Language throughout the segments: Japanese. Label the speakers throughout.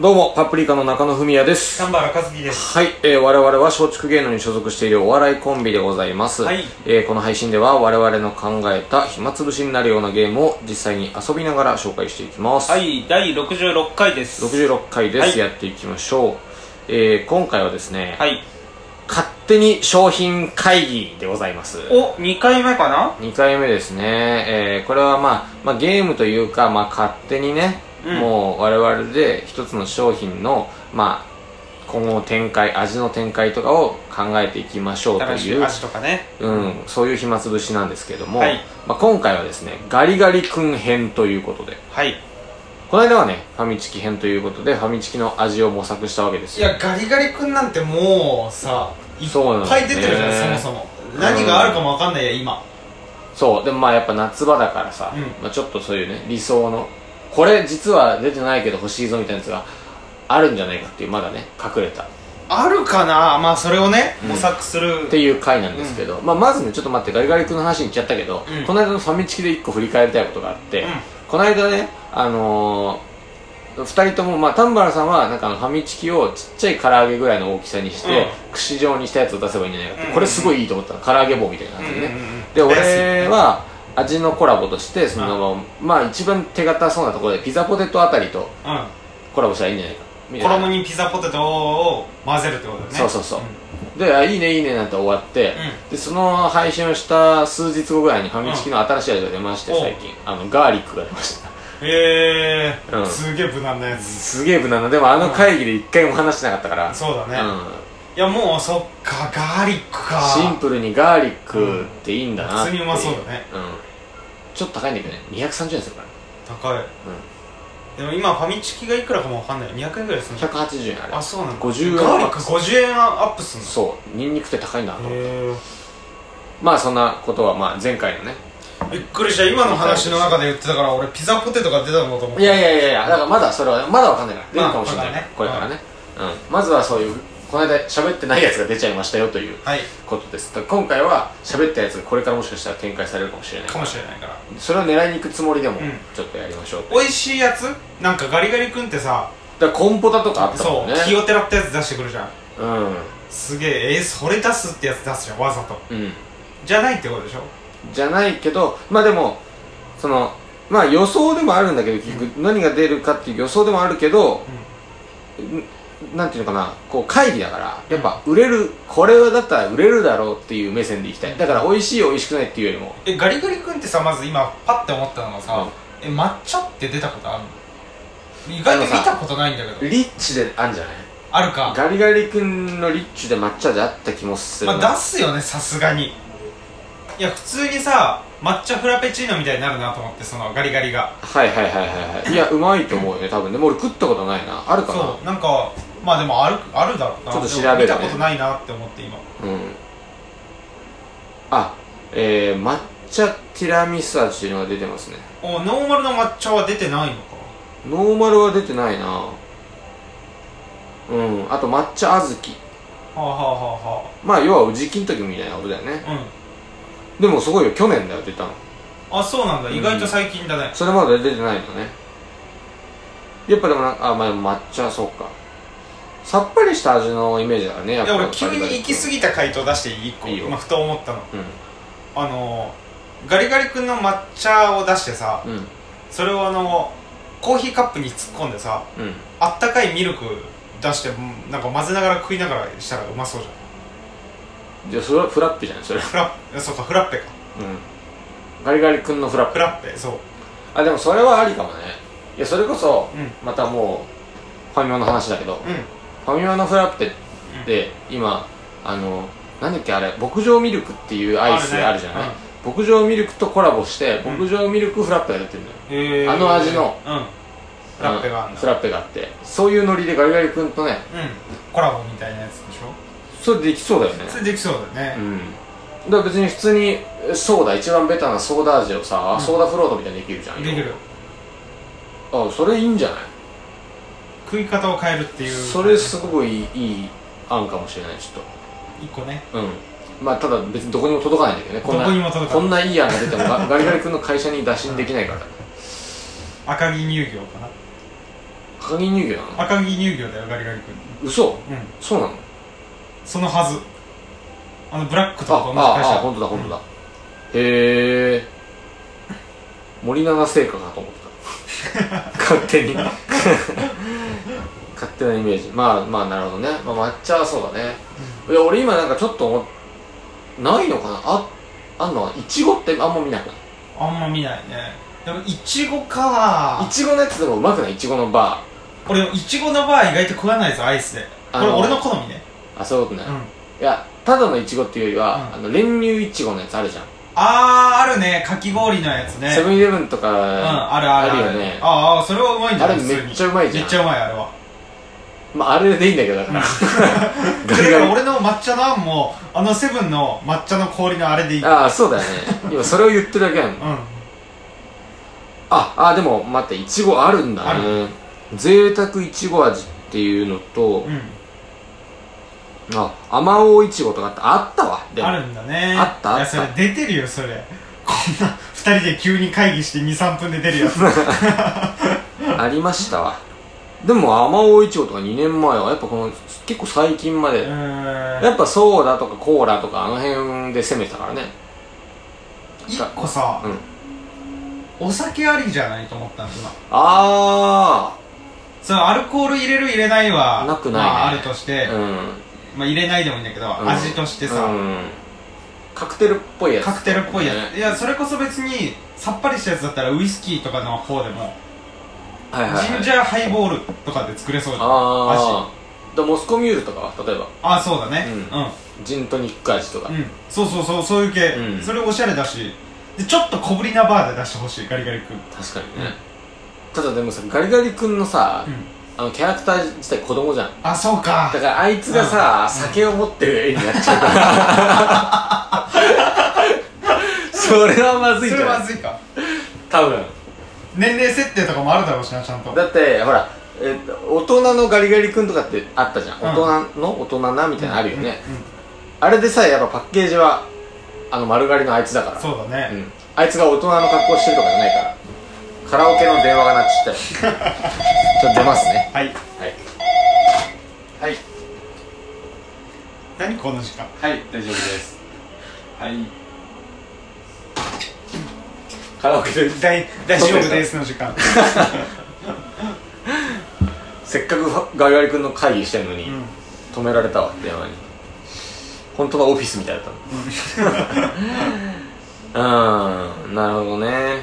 Speaker 1: どうも、パプリカの中野文也です。
Speaker 2: 丹原和樹です。
Speaker 1: はい、えー我々は松竹芸能に所属しているお笑いコンビでございます、
Speaker 2: はい
Speaker 1: えーこの配信では我々の考えた暇つぶしになるようなゲームを実際に遊びながら紹介していきます、
Speaker 2: はい、第66回です。
Speaker 1: 66回です、
Speaker 2: はい
Speaker 1: やっていきましょう、えー今回はですね、
Speaker 2: はい。
Speaker 1: 勝手に商品会議でございます
Speaker 2: お、2回目かな
Speaker 1: 2回目ですね、えーこれは、まあ、まあゲームというか、まあ、勝手にね、
Speaker 2: うん
Speaker 1: もう我々で一つの商品の、まあ、今後の展開味の展開とかを考えていきましょうと
Speaker 2: 新し
Speaker 1: い、
Speaker 2: いう味とかね。
Speaker 1: うん、そういう暇つぶしなんですけども、
Speaker 2: はい
Speaker 1: まあ、今回はですねガリガリ君編ということで
Speaker 2: はい。
Speaker 1: この間はねファミチキ編ということでファミチキの味を模索したわけです
Speaker 3: い
Speaker 1: よ
Speaker 3: やガリガリ君なんてもうさいっ
Speaker 1: そうなんだ
Speaker 3: ぱ
Speaker 1: よ
Speaker 3: い
Speaker 1: ね
Speaker 3: 出てるじゃんそ,、もそも何があるかもわかんないや今
Speaker 1: そうでもまあやっぱ夏場だからさ、
Speaker 3: うん
Speaker 1: まあ、ちょっとそういうね理想のこれ実は出てないけど欲しいぞみたいなやつがあるんじゃないかっていうまだね隠れたっ
Speaker 3: あるかなまあそれをね
Speaker 1: ん
Speaker 3: 模索する、
Speaker 1: ていう回なんですけど、まあ、まずねちょっと待ってガリガリ君の話に行っちゃったけど、
Speaker 3: うん
Speaker 1: この間のファミチキで一個振り返りたいことがあって、この間ねあのー、2人とも、まあ、丹原さんはなんかあのファミチキをちっちゃい唐揚げぐらいの大きさにして、串状にしたやつを出せばいいんじゃないかって、
Speaker 2: うん
Speaker 1: これすごいいいと思ったの唐揚げ棒みたいな感じでね、
Speaker 3: うんうんうん
Speaker 1: で
Speaker 3: 安い
Speaker 1: 俺は味のコラボとしてそのまあ一番手堅そうなところでピザポテトあたりとコラボしたらいいんじゃないかみ
Speaker 3: うん、
Speaker 1: たいな
Speaker 3: 衣にピザポテトを混ぜるってことだよね
Speaker 1: そうそうそう
Speaker 3: うん
Speaker 1: であいいねいいねなんて終わって、でその配信をした数日後ぐらいにファミチキの新しい味が出まして、
Speaker 3: うん
Speaker 1: 最近あのガーリックが出ました
Speaker 3: へえ
Speaker 1: うん
Speaker 3: すげえ無難なやつ
Speaker 1: すげえ無難なでもあの会議で一回も話してなかったから、
Speaker 3: そうだね、い
Speaker 1: うん
Speaker 3: やもうそっかガーリックか
Speaker 1: シンプルにガーリックっていいんだなって
Speaker 3: 普通にうまそうだね
Speaker 1: うんちょっと高いんだけどね230円するから
Speaker 3: 高い、でも今ファミチキがいくらかもわかんない200円ぐらいするんだ
Speaker 1: 180円あれ
Speaker 3: あそうなんだ
Speaker 1: 50円
Speaker 3: ガーリック50円アップすん
Speaker 1: そうニンニクって高いんだなと
Speaker 3: の
Speaker 1: 思って
Speaker 3: へえ
Speaker 1: まあそんなことはまあ前回のね
Speaker 3: びっくりした今の話の中で言ってたから俺ピザポテトが出たのと思って
Speaker 1: いやいやいやいやだからまだそれはまだわかんないから出
Speaker 3: まあ
Speaker 1: るかもしれないから、こ
Speaker 3: こ
Speaker 1: れ
Speaker 3: れ
Speaker 1: か
Speaker 3: からら
Speaker 1: ね
Speaker 3: ね、
Speaker 1: うん、まずはそういうこの間喋ってないやつが出ちゃいましたよという
Speaker 3: はい
Speaker 1: ことですだから今回は喋ったやつがこれからもしかしたら展開されるかもしれない
Speaker 3: かもしれないから
Speaker 1: それを狙いに行くつもりでも
Speaker 3: うん
Speaker 1: ちょっとやりましょう、だか
Speaker 3: 美味しいやつなんかガリガリ君ってさ
Speaker 1: らコンポタとかあったも
Speaker 3: そ
Speaker 1: ん
Speaker 3: う
Speaker 1: ね
Speaker 3: 気をてらったやつ出してくるじゃん
Speaker 1: うん
Speaker 3: すげええーそれ出すってやつ出すじゃんわざと
Speaker 1: うん
Speaker 3: じゃないってことでしょ
Speaker 1: じゃないけどまあでもそのまあ予想でもあるんだけど結局何が出るかっていう予想でもあるけど、んなんていうのかなこう会議だからやっぱ売れる、これはだったら売れるだろうっていう目線でいきたいだから美味しい美味しくないっていうよりも
Speaker 3: えガリガリ君ってさまず今パッて思ったのがさえ抹茶って出たことあるの意外と見たことないんだけど
Speaker 1: リッチであんじゃない
Speaker 3: あるか
Speaker 1: ガリガリ君のリッチで抹茶であった気もするな、
Speaker 3: まあ出すよねさすがにいや普通にさ抹茶フラペチーノみたいになるなと思ってそのガリガリが
Speaker 1: はいはいはいはいはいいやうまいと思うよね多分でも俺食ったことないなあるか
Speaker 3: そうなんかまあでもあるあるだろうな
Speaker 1: ちょっと調べるね
Speaker 3: でも見たことないなって思って今
Speaker 1: なうんあえー、抹茶ティラミス味っていうのが出てますね
Speaker 3: おノーマルの抹茶は出てないのか
Speaker 1: ノーマルは出てないなうんあと抹茶小豆
Speaker 3: はあはあは
Speaker 1: まあ要は宇治金時みたいなことだよね
Speaker 3: あは
Speaker 1: でもすごいよ去年だよ出たの
Speaker 3: あうんあそうなんだ意外と最近だね、
Speaker 1: それまで出てないのねやっぱでもなんかあまあ抹茶そうかさっぱりした味のイメージだからねやっ
Speaker 3: い
Speaker 1: ぱ
Speaker 3: や俺急に行き過ぎた回答出していい一個
Speaker 1: いいよ
Speaker 3: 今ふと思ったの
Speaker 1: う
Speaker 3: あのーガリガリ君の抹茶を出してさ
Speaker 1: んうん
Speaker 3: それをあのコーヒーカップに突っ込んでさ
Speaker 1: うん
Speaker 3: あったかいミルク出してうんなんか混ぜながら食いながらしたらうまそうじゃん
Speaker 1: じゃあそれはフラッペじゃないそれは
Speaker 3: フラッそうかフラッペか
Speaker 1: うんガリガリ君のフラッ
Speaker 3: フ
Speaker 1: ペ
Speaker 3: ラッペそう
Speaker 1: あでもそれはありかもねいやそれこそ
Speaker 3: うん
Speaker 1: またもうファミマの話だけど、
Speaker 3: う
Speaker 1: ファミマのフラッペで今あのなんだっけあれ牧場ミルクっていうアイス
Speaker 3: あるね
Speaker 1: あるじゃない、牧場ミルクとコラボして
Speaker 3: うん
Speaker 1: 牧場ミルクフラッペが出てるのよ、
Speaker 3: んへー
Speaker 1: あの味の
Speaker 3: うんフラッペがあ
Speaker 1: う
Speaker 3: る
Speaker 1: ん
Speaker 3: んだ
Speaker 1: フラッペがあってそういうノリでガリガリ君とね
Speaker 3: うんコラボみたいなやつでしょ
Speaker 1: それできそうだよね
Speaker 3: それできそうだよ
Speaker 1: う
Speaker 3: ね
Speaker 1: んだから別に普通にえソーダ一番ベタなソーダ味をさ、
Speaker 3: うん
Speaker 1: ソーダフロートみたいにできるじゃん
Speaker 3: できる
Speaker 1: あそれいいんじゃない
Speaker 3: 食い方を変えるっていう
Speaker 1: それすごくいいいい案かもしれないちょっ
Speaker 3: 一個ね
Speaker 1: とうんまあただ別にどこにも届かないんだけどね
Speaker 3: ど
Speaker 1: こんな
Speaker 3: こにも届
Speaker 1: こ
Speaker 3: か
Speaker 1: ん
Speaker 3: ない
Speaker 1: ないい案が出てもガガリガリ君の会社に打診できないから
Speaker 3: 赤城乳業かな
Speaker 1: 赤城乳業なの
Speaker 3: 赤城乳業だよガリガリ君
Speaker 1: 嘘
Speaker 3: うん
Speaker 1: そうなの
Speaker 3: そのはずあのブラックと
Speaker 1: あ
Speaker 3: かと同じ会
Speaker 1: ああ
Speaker 3: 社
Speaker 1: 本当だ本当だ、へえ森永製菓かと思って た勝手に勝手なイメージまあまあなるほどね、まあ、抹茶はそうだね、いや俺今なんかちょっと思っないのかなああんのいちごってあんま見なくない
Speaker 3: あんま見ないねでもいちごか
Speaker 1: いちごのやつでもうまくないうちごのバ
Speaker 3: 俺いちごのバー意外と食わないぞアイスでこ
Speaker 1: あの
Speaker 3: れ俺の好みね
Speaker 1: ーあそういうことね、
Speaker 3: うん
Speaker 1: いやただのいちごっていうよりは、
Speaker 3: うん
Speaker 1: あの練乳いちごのやつあるじゃん、
Speaker 3: あーあるねかき氷のやつね
Speaker 1: セブンイレブンとか、
Speaker 3: うんあるあ
Speaker 1: あ
Speaker 3: るあ
Speaker 1: る
Speaker 3: る
Speaker 1: よね
Speaker 3: ああそれはうまいんじゃない
Speaker 1: あれめっちゃ
Speaker 3: 普通に
Speaker 1: うまいじゃん
Speaker 3: めっちゃうまいあれは
Speaker 1: まあ、あれでいいんだけどだから
Speaker 3: そ
Speaker 1: ガ
Speaker 3: れ
Speaker 1: リガリ
Speaker 3: から俺の抹茶のあんもあのセブンの抹茶の氷のあれでいいうん
Speaker 1: ああそうだよね今それを言ってるだけなのああでも待っていちごあるんだね贅沢いちご味っていうのと、
Speaker 3: うん
Speaker 1: あ甘おういちごとかってあったわでも
Speaker 3: あるんだね
Speaker 1: あったあった
Speaker 3: いやそれ出てるよそれこんな2人で急に会議して23分で出る やつ
Speaker 1: ありましたわでも甘おういちごとか2年前はやっぱこの結構最近まで、
Speaker 3: うーん
Speaker 1: やっぱソーダとかコーラとかあの辺で攻めてたからね
Speaker 3: 一個さ、
Speaker 1: うん
Speaker 3: お酒ありじゃないと思ったんだ今
Speaker 1: あ
Speaker 3: そのアルコール入れる入れないは
Speaker 1: なくないね
Speaker 3: まあ、あるとして、
Speaker 1: あうん
Speaker 3: まあ、入れないでもいいんだけど、
Speaker 1: うん
Speaker 3: 味としてさ、
Speaker 1: うんカクテルっぽいやつ
Speaker 3: カクテルっぽいやつ、
Speaker 1: ね
Speaker 3: いやそれこそ別にさっぱりしたやつだったらウイスキーとかの方でも、
Speaker 1: はいはい、はい、
Speaker 3: ジンジャーハイボールとかで作れそうじゃん
Speaker 1: ああだモスコミュールとかは例えば
Speaker 3: ああそうだね
Speaker 1: うん
Speaker 3: うん、
Speaker 1: ジントニック味とか、
Speaker 3: うんそうそうそうそういう系、
Speaker 1: うん
Speaker 3: それおしゃれだしでちょっと小ぶりなバーで出してほしいガリガリ君
Speaker 1: 確かにね、ただでもさガリガリ君のさ、
Speaker 3: うん
Speaker 1: あのキャラクター自体子供じゃん
Speaker 3: あそうか
Speaker 1: だからあいつがさ、酒を持ってる絵になっちゃうから それはまずいん
Speaker 3: そ
Speaker 1: じ
Speaker 3: れ
Speaker 1: ゃな
Speaker 3: ま
Speaker 1: い
Speaker 3: ずいか
Speaker 1: 多分
Speaker 3: 年齢設定とかもあるだろうしなちゃんと
Speaker 1: だってほら、えっと大人のガリガリ君とかってあったじゃん、
Speaker 3: うん
Speaker 1: 大人の大人なみたいなのあるよね、
Speaker 3: うんうん
Speaker 1: あれでさえやっぱパッケージはあの丸刈りのあいつだから
Speaker 3: そうだね、
Speaker 1: うん、あいつが大人の格好してるとかじゃないからカラオケの電話が鳴っ ちゃったよちょっと出ますね
Speaker 3: はい
Speaker 1: はい
Speaker 2: はい
Speaker 3: 何この時間
Speaker 2: はい大丈夫ですはい
Speaker 1: カラオケで
Speaker 3: 大大丈夫ですの時間
Speaker 1: せっかくガリガリ君の会議してんのに、
Speaker 3: うん
Speaker 1: 止められたわ電話に本当はオフィスみたいだったの うーんなるほどね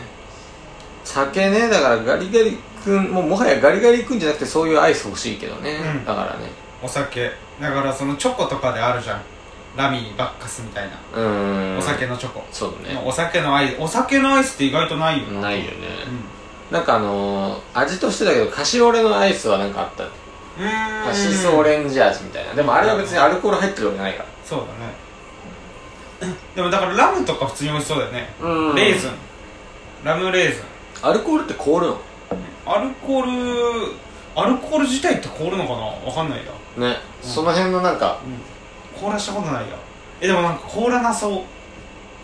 Speaker 1: 酒ねだからガリガリ君もうもはやガリガリ君じゃなくてそういうアイス欲しいけどね、
Speaker 3: うん
Speaker 1: だからね
Speaker 3: お酒だからそのチョコとかであるじゃんラミーバッカスみたいな、
Speaker 1: うーん
Speaker 3: お酒のチョコ、
Speaker 1: そうだね
Speaker 3: お酒のアイスお酒のアイスって意外とないよ
Speaker 1: ないよね、
Speaker 3: う
Speaker 1: なんかあのー、味としてだけどカシオレのアイスはなんかあった
Speaker 3: んうーん
Speaker 1: カシスオレンジ味みたいなでもあれは別にアルコール入ってるわけないか
Speaker 3: そうだね でもだからラムとか普通に美味しそうだよね、
Speaker 1: らう
Speaker 3: レーズンラムレーズン
Speaker 1: アルコールって凍るの
Speaker 3: アルコールアルコール自体って凍るのかなわかんないや
Speaker 1: ね、その辺のなんか
Speaker 3: 凍らしたことないやえでもなんか凍らなそう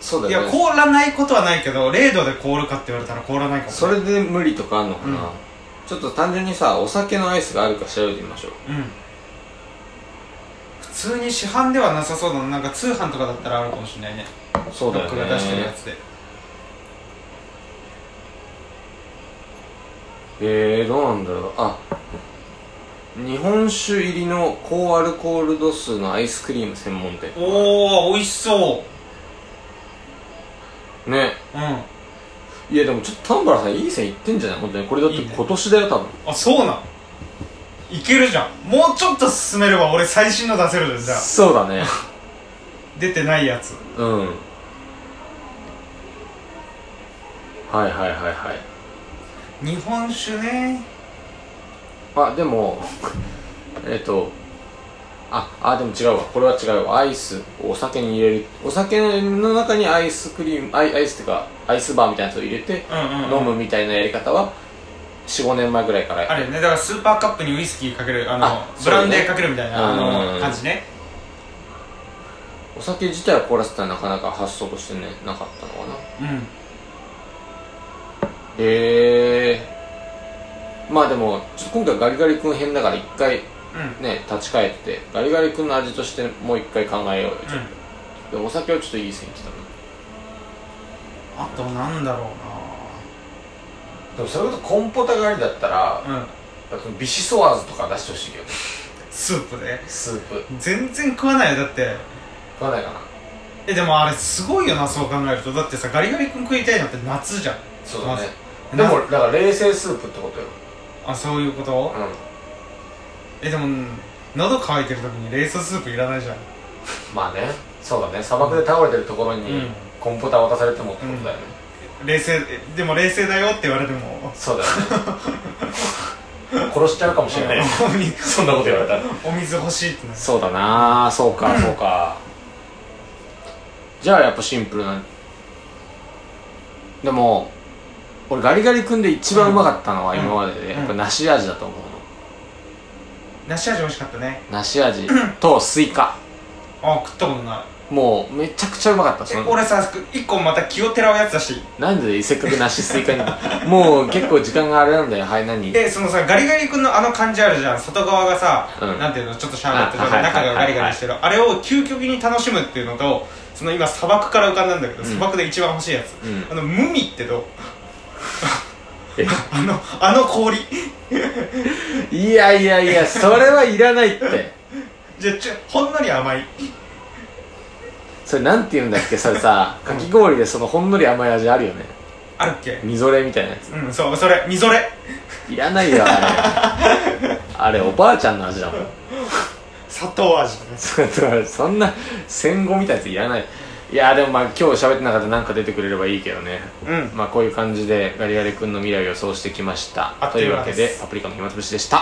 Speaker 1: そう
Speaker 3: い
Speaker 1: だ
Speaker 3: や
Speaker 1: よね
Speaker 3: 凍らないことはないけど0度で凍るかって言われたら凍らないかも
Speaker 1: それで無理とかあんのかな、
Speaker 3: うん
Speaker 1: ちょっと単純にさお酒のアイスがあるか調べてみましょう
Speaker 3: うん普通に市販ではなさそうだななんか通販とかだったらあるかもしれないね
Speaker 1: そ
Speaker 3: ロックが出してるやつで
Speaker 1: えー、どうなんだろうあ日本酒入りの高アルコール度数のアイスクリーム専門店
Speaker 3: おお美味しそ
Speaker 1: ね
Speaker 3: ううんあ
Speaker 1: いやでもちょっと丹原さんいい線いってんじゃない本当にこれだって今年だよ多分
Speaker 3: そうなんいけるじゃんもうちょっと進めれば俺最新の出せるじゃん
Speaker 1: そうだね
Speaker 3: 出てないやつ
Speaker 1: うんはいはいはいはい
Speaker 3: 日本酒ね
Speaker 1: あでもえっとああでも違うわこれは違うわアイスをお酒に入れるお酒の中にアイスクリームアイアイスっていうかアイスバーみたいなやつを入れて
Speaker 3: うんうん、うん、
Speaker 1: 飲むみたいなやり方は45年前ぐらいから
Speaker 3: あれねだからスーパーカップにウイスキーかけるあの
Speaker 1: あ
Speaker 3: ブランデ
Speaker 1: そうね
Speaker 3: ーかけるみたいな、
Speaker 1: う
Speaker 3: あ
Speaker 1: ん
Speaker 3: の感じね
Speaker 1: お酒自体を凍らせたらなかなか発想としてねなかったのかな
Speaker 3: うん
Speaker 1: へえまあでもちょっと今回ガリガリ君編だから一回
Speaker 3: うん
Speaker 1: ね立ち返ってガリガリ君の味としてもう一回考えようよ
Speaker 3: うん
Speaker 1: でお酒はちょっといい線来たな
Speaker 3: あとなんだろ
Speaker 2: でもそれこそコンポタ狩りだったら
Speaker 3: う、なうん
Speaker 2: そのビシソワーズとか出してほしいけど
Speaker 3: スープで
Speaker 2: スープ
Speaker 3: 全然食わないよだって
Speaker 2: 食わないかな
Speaker 3: えでもあれすごいよなそう考えるとだってさガリガリ君食いたいのって夏じゃん
Speaker 2: そうだね
Speaker 3: まず
Speaker 2: でもだから冷製スープってことよ
Speaker 3: あそういうこと、
Speaker 2: うん
Speaker 3: えでも喉乾いてる時に冷蔵スープいらないじゃん
Speaker 2: まあねそうだね砂漠で倒れてるところ
Speaker 3: う
Speaker 2: に
Speaker 3: ん
Speaker 2: コンポタ渡されてもってことだよね、
Speaker 3: 冷静えでも冷静だよって言われても
Speaker 2: そうだよね殺しちゃうかもしれないよ
Speaker 3: お 水
Speaker 2: そんなこと言われたら
Speaker 3: お水欲しいってなる
Speaker 1: そうだなそうか、そうかじゃあやっぱシンプルなでも俺ガリガリ君で一番うまかったのは
Speaker 3: うん
Speaker 1: 今までで、
Speaker 3: うん
Speaker 1: やっぱ梨味だと思うの
Speaker 3: 梨味美味しかったね
Speaker 1: 梨味とスイカ
Speaker 3: あ食ったことない
Speaker 1: もうめちゃくちゃうまかった
Speaker 3: え
Speaker 1: その
Speaker 3: 俺さ一個また気をてらうやつだし
Speaker 1: なんでせっかく梨スイカにもう結構時間があれなんだよはい何
Speaker 3: でそのさガリガリ君のあの感じあるじゃん外側がさ、
Speaker 1: うん
Speaker 3: なんていうのちょっとシャーベット状
Speaker 1: あはいはい
Speaker 3: で中がガリガリしてる、あれを究極に楽しむっていうのとその今砂漠から浮かんだんだけど、
Speaker 1: ん
Speaker 3: 砂漠で一番欲しいやつ、
Speaker 1: うん
Speaker 3: あの無味ってどう
Speaker 1: え
Speaker 3: あのあの氷
Speaker 1: いやいやいやそれはいらないって
Speaker 3: じゃあちょほんのり甘い
Speaker 1: それなんて言うんだっけそれさかき氷でそのほんのり甘い味あるよね
Speaker 3: あるっけ
Speaker 1: みぞれみたいなやつ
Speaker 3: うんそうそれみぞれ
Speaker 1: いらないよあ れあれおばあちゃんの味だもん
Speaker 3: 砂糖味だね
Speaker 1: そそんな戦後みたいなやついらないいやでもまあ今日喋って中で何か出てくれればいいけどね
Speaker 3: うん
Speaker 1: まあこういう感じでガリガリ君の未来を予想してきました
Speaker 3: あっ
Speaker 1: と
Speaker 3: と
Speaker 1: い
Speaker 3: いうう
Speaker 1: わ
Speaker 3: 間
Speaker 1: け
Speaker 3: です
Speaker 1: でパプリカの暇つぶしでした